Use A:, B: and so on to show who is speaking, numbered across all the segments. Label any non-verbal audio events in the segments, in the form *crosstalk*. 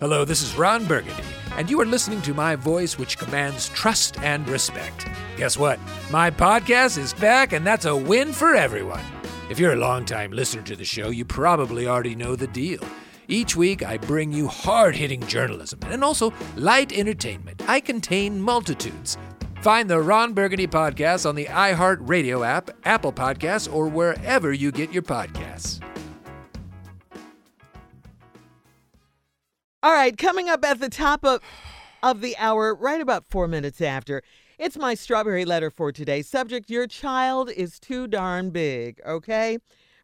A: Hello, this is Ron Burgundy, and you are listening to my voice, which commands trust and respect. Guess what? My podcast is back, and that's a win for everyone. If you're a longtime listener to the show, you probably already know the deal. Each week, I bring you hard hitting journalism and also light entertainment. I contain multitudes. Find the Ron Burgundy podcast on the iHeartRadio app, Apple Podcasts, or wherever you get your podcasts.
B: All right, coming up at the top of, of the hour, right about four minutes after, it's my strawberry letter for today. Subject Your child is too darn big, okay?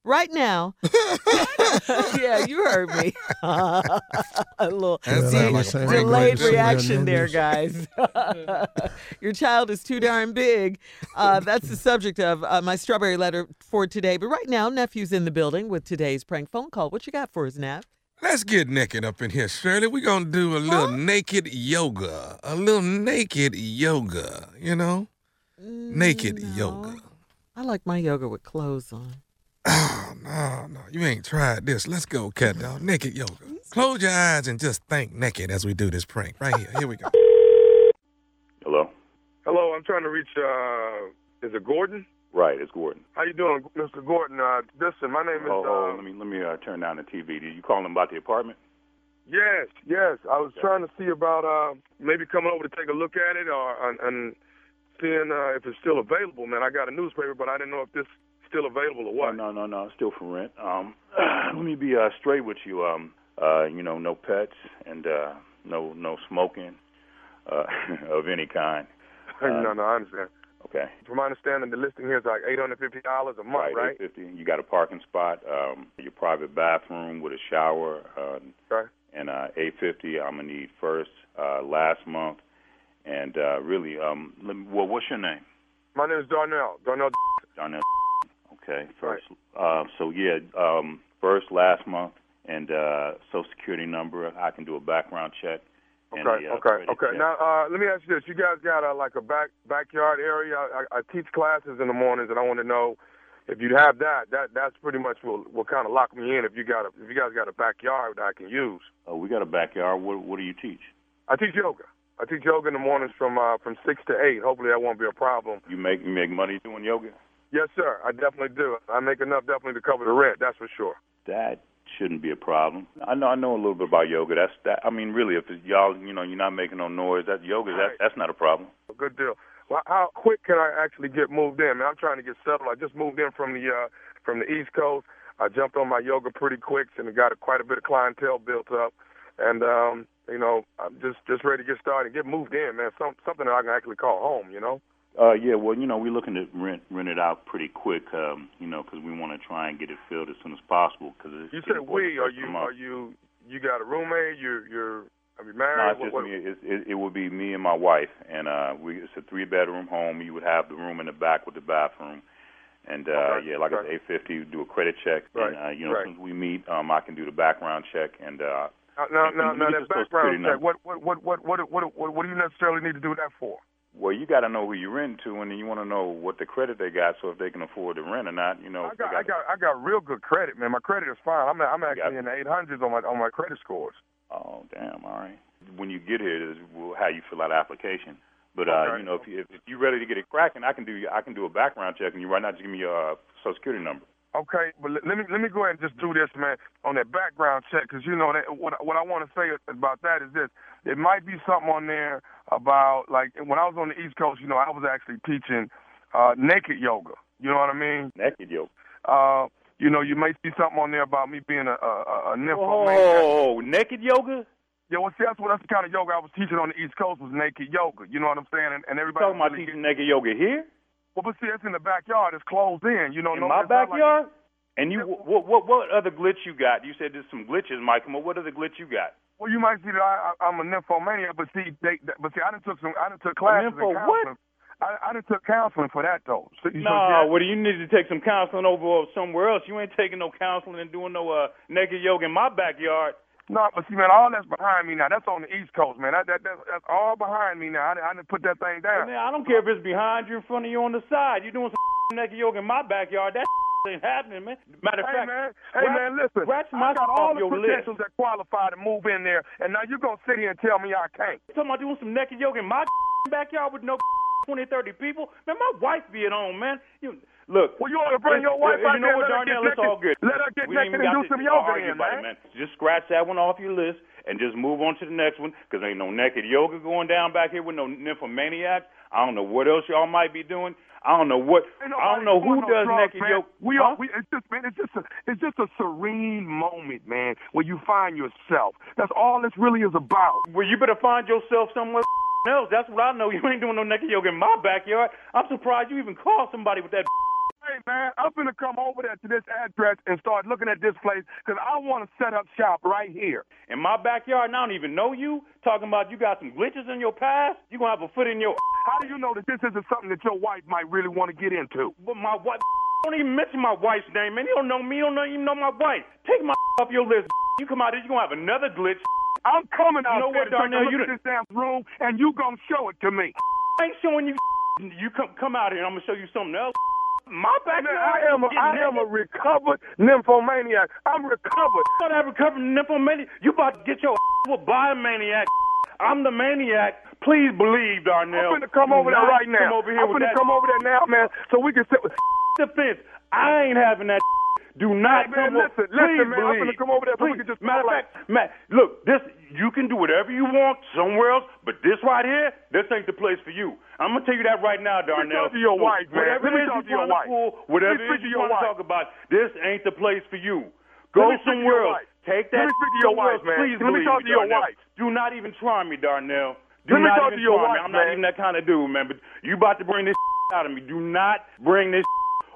B: Right
C: *laughs*
B: now. yeah, you heard me. a little
C: That sounded
B: de-
C: like some pretty great
B: delayed
C: shit.
B: reaction there,
C: Yeah, no
B: guys. *laughs* Your child is too darn big. Uh, that's the subject of uh, my strawberry letter for today. But right now, nephew's in the building with today's prank phone call. What you got for us, Nap?
C: Let's get naked up in here, Shirley. We're gonna do a little naked yoga. A little naked yoga, you know?
D: Mm,
C: Naked yoga.
B: I like my yoga with clothes on.
C: Oh, no, no, you ain't tried this. Let's go,
D: *laughs*
C: cat dog. Naked yoga. Close your eyes and just think naked as we do this prank. Right here. Here
D: *laughs*
C: we go.
E: Hello?
F: Hello, I'm trying to reach. Uh, is it Gordon?
E: Right, it's Gordon.
F: How you doing, Mr. Gordon? Uh, listen, my name is.
E: Oh, oh,
F: uh,
E: let me let me uh, turn down the TV. Did you call him about the apartment?
F: Yes, yes. I was trying to see about uh, maybe coming over to take a look at it or and, and seeing uh, if it's still available. Man, I got a newspaper, but I didn't know if this still available or *laughs* what.
E: Oh, No, no, no, no. Still for rent. Um, *clears throat* let me be uh, straight with you. Um, uh, you know, no pets and uh, no no smoking uh, *laughs* of any kind. uh,
F: no, no, I understand.
E: Okay.
F: From my understanding, the listing here is like eight hundred fifty dollars a month, right?
E: Eight fifty. You got a parking spot. Um, your private bathroom with a shower. Um,
F: Okay.
E: and uh, 850 I'm gonna need first uh, last month. And uh, really, um, let me, well, what's your name?
F: My name is Darnell. Darnell.
E: Darnell. Okay, first. Uh, so yeah, um, first last month, and uh, Social Security number. I can do a background check. And
F: Okay,
E: a, uh,
F: okay,
E: credit
F: okay.
E: check.
F: Now, uh, let me ask you this: You guys got uh, like a back backyard area? I, I, I teach classes in the mornings, and I want to know if you have that. That that's pretty much will will kind of lock me in. If you got a, if you guys got a backyard that I can use,
E: Uh, we got a backyard. What, what do you teach?
F: I teach yoga. I teach yoga in the mornings from uh, from six to eight. Hopefully, that won't be a problem.
E: You make you make money doing yoga?
F: Yes, sir. I definitely do. I make enough definitely to cover the rent. That's for sure.
E: That shouldn't be a problem. I know I know a little bit about yoga. That's that. I mean, really, if it's y'all, you know, you're not making no noise. That yoga, that
F: Right.
E: that's not a problem.
F: Good deal. Well, how quick can I actually get moved in? Man, I'm trying to get settled. I just moved in from the uh, from the East Coast. I jumped on my yoga pretty quick and got a, quite a bit of clientele built up. And um, you know, I'm just just ready to get started, get moved in, man. Some something that I can actually call home. You know.
E: Uh, yeah, well, you know, we're looking to rent rent it out pretty quick, um, you know, because we want to try and get it filled as soon as possible. Cause it's
F: You
E: getting close
F: said
E: to
F: we. Are
E: first
F: you
E: of the month.
F: are you you got a roommate? You you're are you
E: No,
F: married?
E: it's just
F: What-
E: me.
F: what-
E: It, it, it would be me and my wife, and uh, we. It's a three-bedroom home. You would have the room in the back with the bathroom, and uh,
F: Okay,
E: yeah, like I
F: okay.
E: said, 850. Do a credit check,
F: Right,
E: and uh, you know,
F: right.
E: as soon as we meet, um, I can do the background check, and uh,
F: Uh, Now,
E: Let
F: now,
E: me
F: now
E: get this Social
F: that background
E: Security
F: check.
E: number.
F: What what what what what what what what do you necessarily need to do that for?
E: well, you got to know who you rent to, and then you want to know what the credit they got, so if they can afford to rent or not. You know,
F: I
E: if they
F: got, I got, I got real good credit, man. My credit is fine. I'm, I'm actually in the 800s on my on my credit scores.
E: Oh, damn! All right. When you get here, is well, how you fill out the application. But uh,
F: Okay.
E: you know, if, you, if if you're ready to get it cracking, I can do I can do a background check, and you right now just give me your uh, social security number.
F: Okay, but let, let me let me go ahead and just do this, man, on that background check, because you know that what what I want to say about that is this: there might be something on there about like when I was on the East Coast, you know, I was actually teaching uh, naked yoga. You know what I mean?
E: Naked yo.
F: Uh, you know, you may see something on there about me being a a, a, a nymphomaniac.
E: Oh, naked yoga.
F: Yeah, well, see, that's what that's the kind of yoga I was teaching on the East Coast was naked yoga. You know what I'm saying? And, and everybody
E: Talking about
F: really
E: teaching naked yoga here
F: Well, but see, it's in the backyard. It's closed in. You know,
E: in
F: no,
E: my
F: it's not like-
E: backyard. and you, what, what, what other glitch you got? You said there's some glitches, Mike. Well, what other glitch you got?
F: well, you might see that I, I, I'm a nymphomaniac, but see, they, they- but see, I done took some, I done took classes
E: nympho
F: in
E: what?
F: counseling. I, I done took counseling for that though. So, so,
E: No, well, you need to take some counseling over somewhere else. You ain't taking no counseling and doing no uh, naked yoga in my backyard.
F: no, but see, man, all that's behind me now. That's on the East Coast, man. That, that, that's, that's all behind me now. I, done- I didn't put that thing
E: *laughs*
F: down.
E: Man, I don't care if it's behind you, in front of you, on the side. You're doing some naked yoga in my backyard. That *laughs* ain't happening, man. Matter of
F: Hey
E: fact,
F: man, hey
E: scratch-
F: man, listen.
E: scratch
F: I
E: myself
F: got all
E: off
F: the
E: your list.
F: credentials that qualify to move in there, and now you're gonna sit here and tell me I can't.
E: You talking about doing some naked yoga in my *laughs* backyard with no *laughs* 20, 30 people? Man, my wife be at home, man. You look.
F: Well, you want to bring your wife
E: you
F: out
E: know
F: there,
E: what,
F: let her get
E: Darnell? It's
F: naked-
E: all good.
F: let her get
E: we ain't
F: naked
E: even
F: and
E: got
F: do
E: to
F: some yoga
E: argue
F: then,
E: about it,
F: man.
E: Just scratch that one off your list and just move on to the next one, 'cause ain't no naked yoga going down back here with no nymphomaniacs. I don't know what else y'all might be doing. I don't know what.
F: Ain't
E: I don't
F: nobody
E: know who
F: doing no
E: does
F: drugs,
E: naked
F: man.
E: yoga.
F: We
E: Huh?
F: are. We, it's just, man. It's just a. It's just a serene moment, man, where you find yourself. That's all this really is about.
E: Well, you better find yourself somewhere else. That's what I know. *laughs* You ain't doing no naked yoga in my backyard. I'm surprised you even called somebody with that.
F: Hey, man, I'm gonna come over there to this address and start looking at this place because I want to set up shop right here.
E: in my backyard and I don't even know you, talking about you got some glitches in your past, you gonna have a foot in your *laughs*
F: How do you know that this isn't something that your wife might really want to get into?
E: but my wife don't even mention my wife's name, man. You don't know me, you don't even know my wife. Take my *laughs* off your list. You come out here, you gonna have another glitch. *laughs*
F: I'm coming out
E: know
F: there
E: what,
F: to take a
E: Darnell,
F: look
E: you
F: at
E: done-
F: this damn room, and you gonna show it to me.
E: I ain't showing you *laughs* you come come out here and I'm gonna show you something else. *laughs* My
F: Man,
E: backyard
F: I am a, I am a recovered nymphomaniac. I'm recovered.
E: thought I recovered from nymphomania. You about to get your *laughs* with biomaniac. I'm the maniac. Please believe, Darnell.
F: I'm finna come
E: Do
F: over there
E: not
F: right now.
E: Come over here
F: I'm
E: with
F: finna
E: that
F: come over there now, man, so we can sit with. *laughs*
E: defense. I ain't having that. Do not
F: man,
E: come over.
F: listen, listen,
E: Please
F: man, I'm
E: believe.
F: finna come over there so we
E: Please.
F: can just
E: matter of
F: talk
E: fact, Matt, look, this you can do whatever you want somewhere else, but this right here, this ain't the place for you. I'm gonna tell you that right now,
F: Let me
E: Darnell.
F: talk to your
E: So
F: wife, man.
E: Whatever
F: Let me
E: it is
F: talk to
E: you
F: your
E: wanna
F: wife.
E: pull, whatever
F: Let me
E: it
F: speak
E: is
F: to
E: you
F: your
E: wanna
F: wife.
E: talk about, this ain't the place for you.
F: Let
E: Go
F: me speak to
E: somewhere
F: your
E: else.
F: wife.
E: Take
F: Let
E: that
F: me speak to your
E: somewhere
F: wife,
E: else.
F: man.
E: Please
F: Let me
E: believe
F: talk
E: me,
F: to your
E: Darnell.
F: wife.
E: Do not even try me, Darnell. Do
F: Let me
E: not
F: talk
E: even
F: to your
E: try
F: wife,
E: me. I'm
F: man.
E: not even that kind of dude, man. But you about to bring this *laughs* out of me. Do not bring this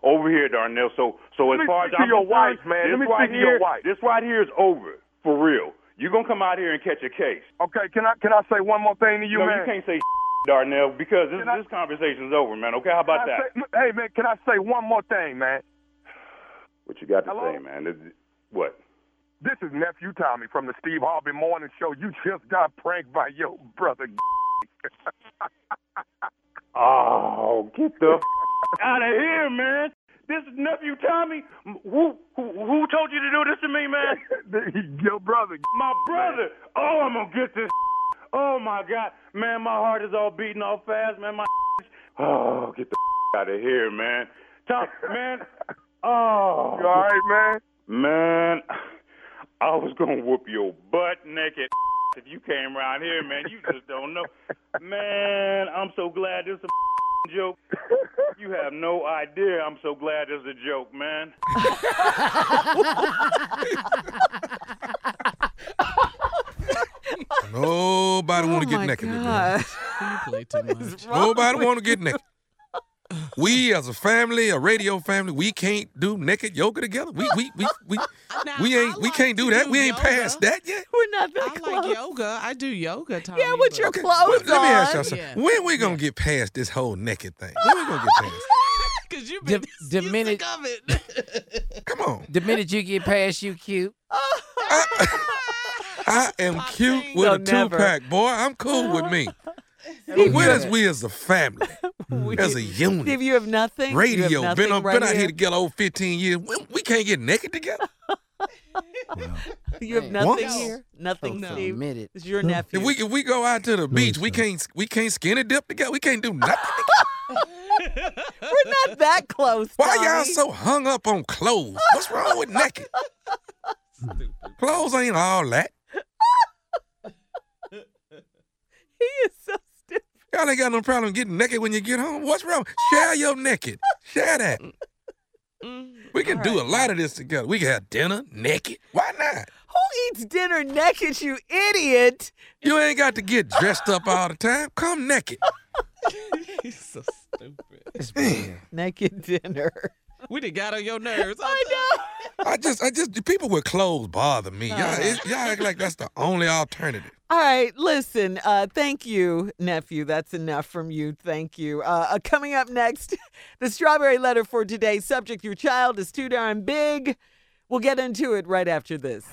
E: over here, Darnell. So, so as
F: Let me
E: far as
F: speak to
E: I'm
F: your
E: concerned,
F: wife, man.
E: This
F: Let me
E: right
F: speak to
E: here,
F: your wife.
E: This right here is over for real. You're gonna come out here and catch a case.
F: Okay, can I can I say one more thing to you,
E: no,
F: man?
E: you can't say *laughs* Darnell because this
F: Can I-
E: this conversation's over, man. Okay, how
F: Can
E: about
F: I
E: that?
F: say- hey, man, can I say one more thing, man?
E: What you got to
F: Hello?
E: say, man? This- What?
F: This is nephew Tommy from the Steve Harvey Morning Show. You just got pranked by your brother. *laughs*
E: Oh, get the out of here, man. This is nephew Tommy. Who, who who told you to do this to me, man?
F: your brother.
E: My brother. Oh, I'm gonna get this. *laughs* Oh my God, man, my heart is all beating all fast, man. My. *laughs* Oh, get the *laughs* out of here, man. Tom,
F: *laughs*
E: man. Oh,
F: You all right, man?
E: man. I was gonna whoop your butt naked *laughs* if you came around here, man. You just don't know, man. I'm so glad this is a *laughs* joke. You have no idea. I'm so glad this is a joke, man.
C: Nobody
D: Oh
C: want to get
B: Oh my
C: naked. in here.
D: *laughs*
C: *laughs*
B: God.
D: You play too much.
C: Nobody want to get
D: *laughs*
C: naked. We as a family, a radio family, we can't do naked yoga together. We we we we,
D: *laughs* Now,
C: we ain't
D: I
C: we
D: like
C: can't
D: to
C: do that. We ain't
D: yoga.
C: past that yet.
B: We're not that
D: I
B: close.
D: like yoga. I do yoga, Tommy.
B: yeah, with
D: but-
B: your clothes
C: Let me ask y'all
B: *laughs* on.
C: something.
D: Yeah.
C: When we gonna get past this whole naked thing? When we gonna get past?
B: *laughs*
C: it?
D: Cause
C: *laughs*
D: you've
G: The-
D: been
G: the
D: you
G: minute-
D: sick of it.
C: Come on.
G: The minute you get past you cute,
C: I am
D: Pop
C: cute
D: thing.
C: with a
B: No,
C: two
B: never.
C: pack, boy. I'm cool with me. But where is we as a family,
B: *laughs*
C: as a
B: Steve,
C: unit,
B: you have nothing. You have
C: radio?
B: nothing
C: Been on,
B: right
C: been out
B: here.
C: here together over 15 years. We, we can't get
B: *laughs*
C: naked together.
B: You have
G: Man.
B: nothing
C: Once?
B: here. Nothing,
D: No.
B: Steve.
G: Oh, Admit it.
B: It's your nephew.
C: If we if we go out to the beach, we can't we can't skinny dip together. We can't do nothing.
B: We're not
C: *laughs*
B: that close.
C: Why y'all
B: Tommy.
C: so hung up on clothes? What's wrong with naked? clothes ain't all that.
B: He is so stupid.
C: Y'all ain't got no problem getting naked when you get home. What's wrong? Share your naked. Share that. We can do a lot of this together. We can have dinner naked. Why not?
B: Who eats dinner naked, you idiot?
C: You ain't got to get dressed up all the time. Come naked.
D: He's so stupid.
B: Naked dinner.
D: We done got on your nerves.
B: *laughs* I know.
C: I just, I just, the people with clothes bother me. Y'all, it, y'all act like that's the only alternative.
B: All right, listen. Uh, thank you, nephew. That's enough from you. Thank you. Uh, uh, coming up next, *laughs* the strawberry letter for today. Subject: Your child is too darn big. We'll get into it right after this.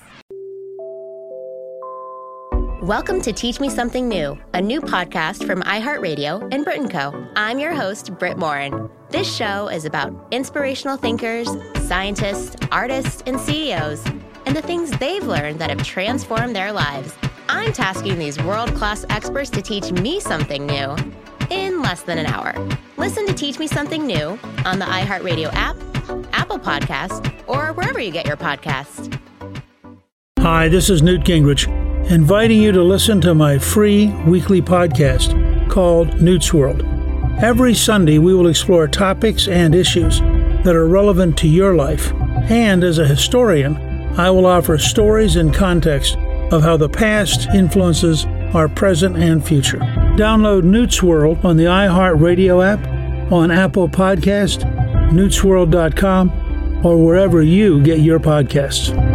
H: Welcome to Teach Me Something New, a new podcast from iHeartRadio and Brit and Co. I'm your host, Britt Morin. This show is about inspirational thinkers, scientists, artists, and CEOs, and the things they've learned that have transformed their lives. I'm tasking these world class experts to teach me something new in less than an hour. Listen to Teach Me Something New on the iHeartRadio app, Apple Podcast, or wherever you get your podcasts.
I: Hi, this is Newt Gingrich, inviting you to listen to my free weekly podcast called Newt's World. Every Sunday, we will explore topics and issues that are relevant to your life. And as a historian, I will offer stories and context of how the past influences our present and future. Download Newt's World on the iHeartRadio app, on Apple Podcast, newtsworld.com, or wherever you get your podcasts.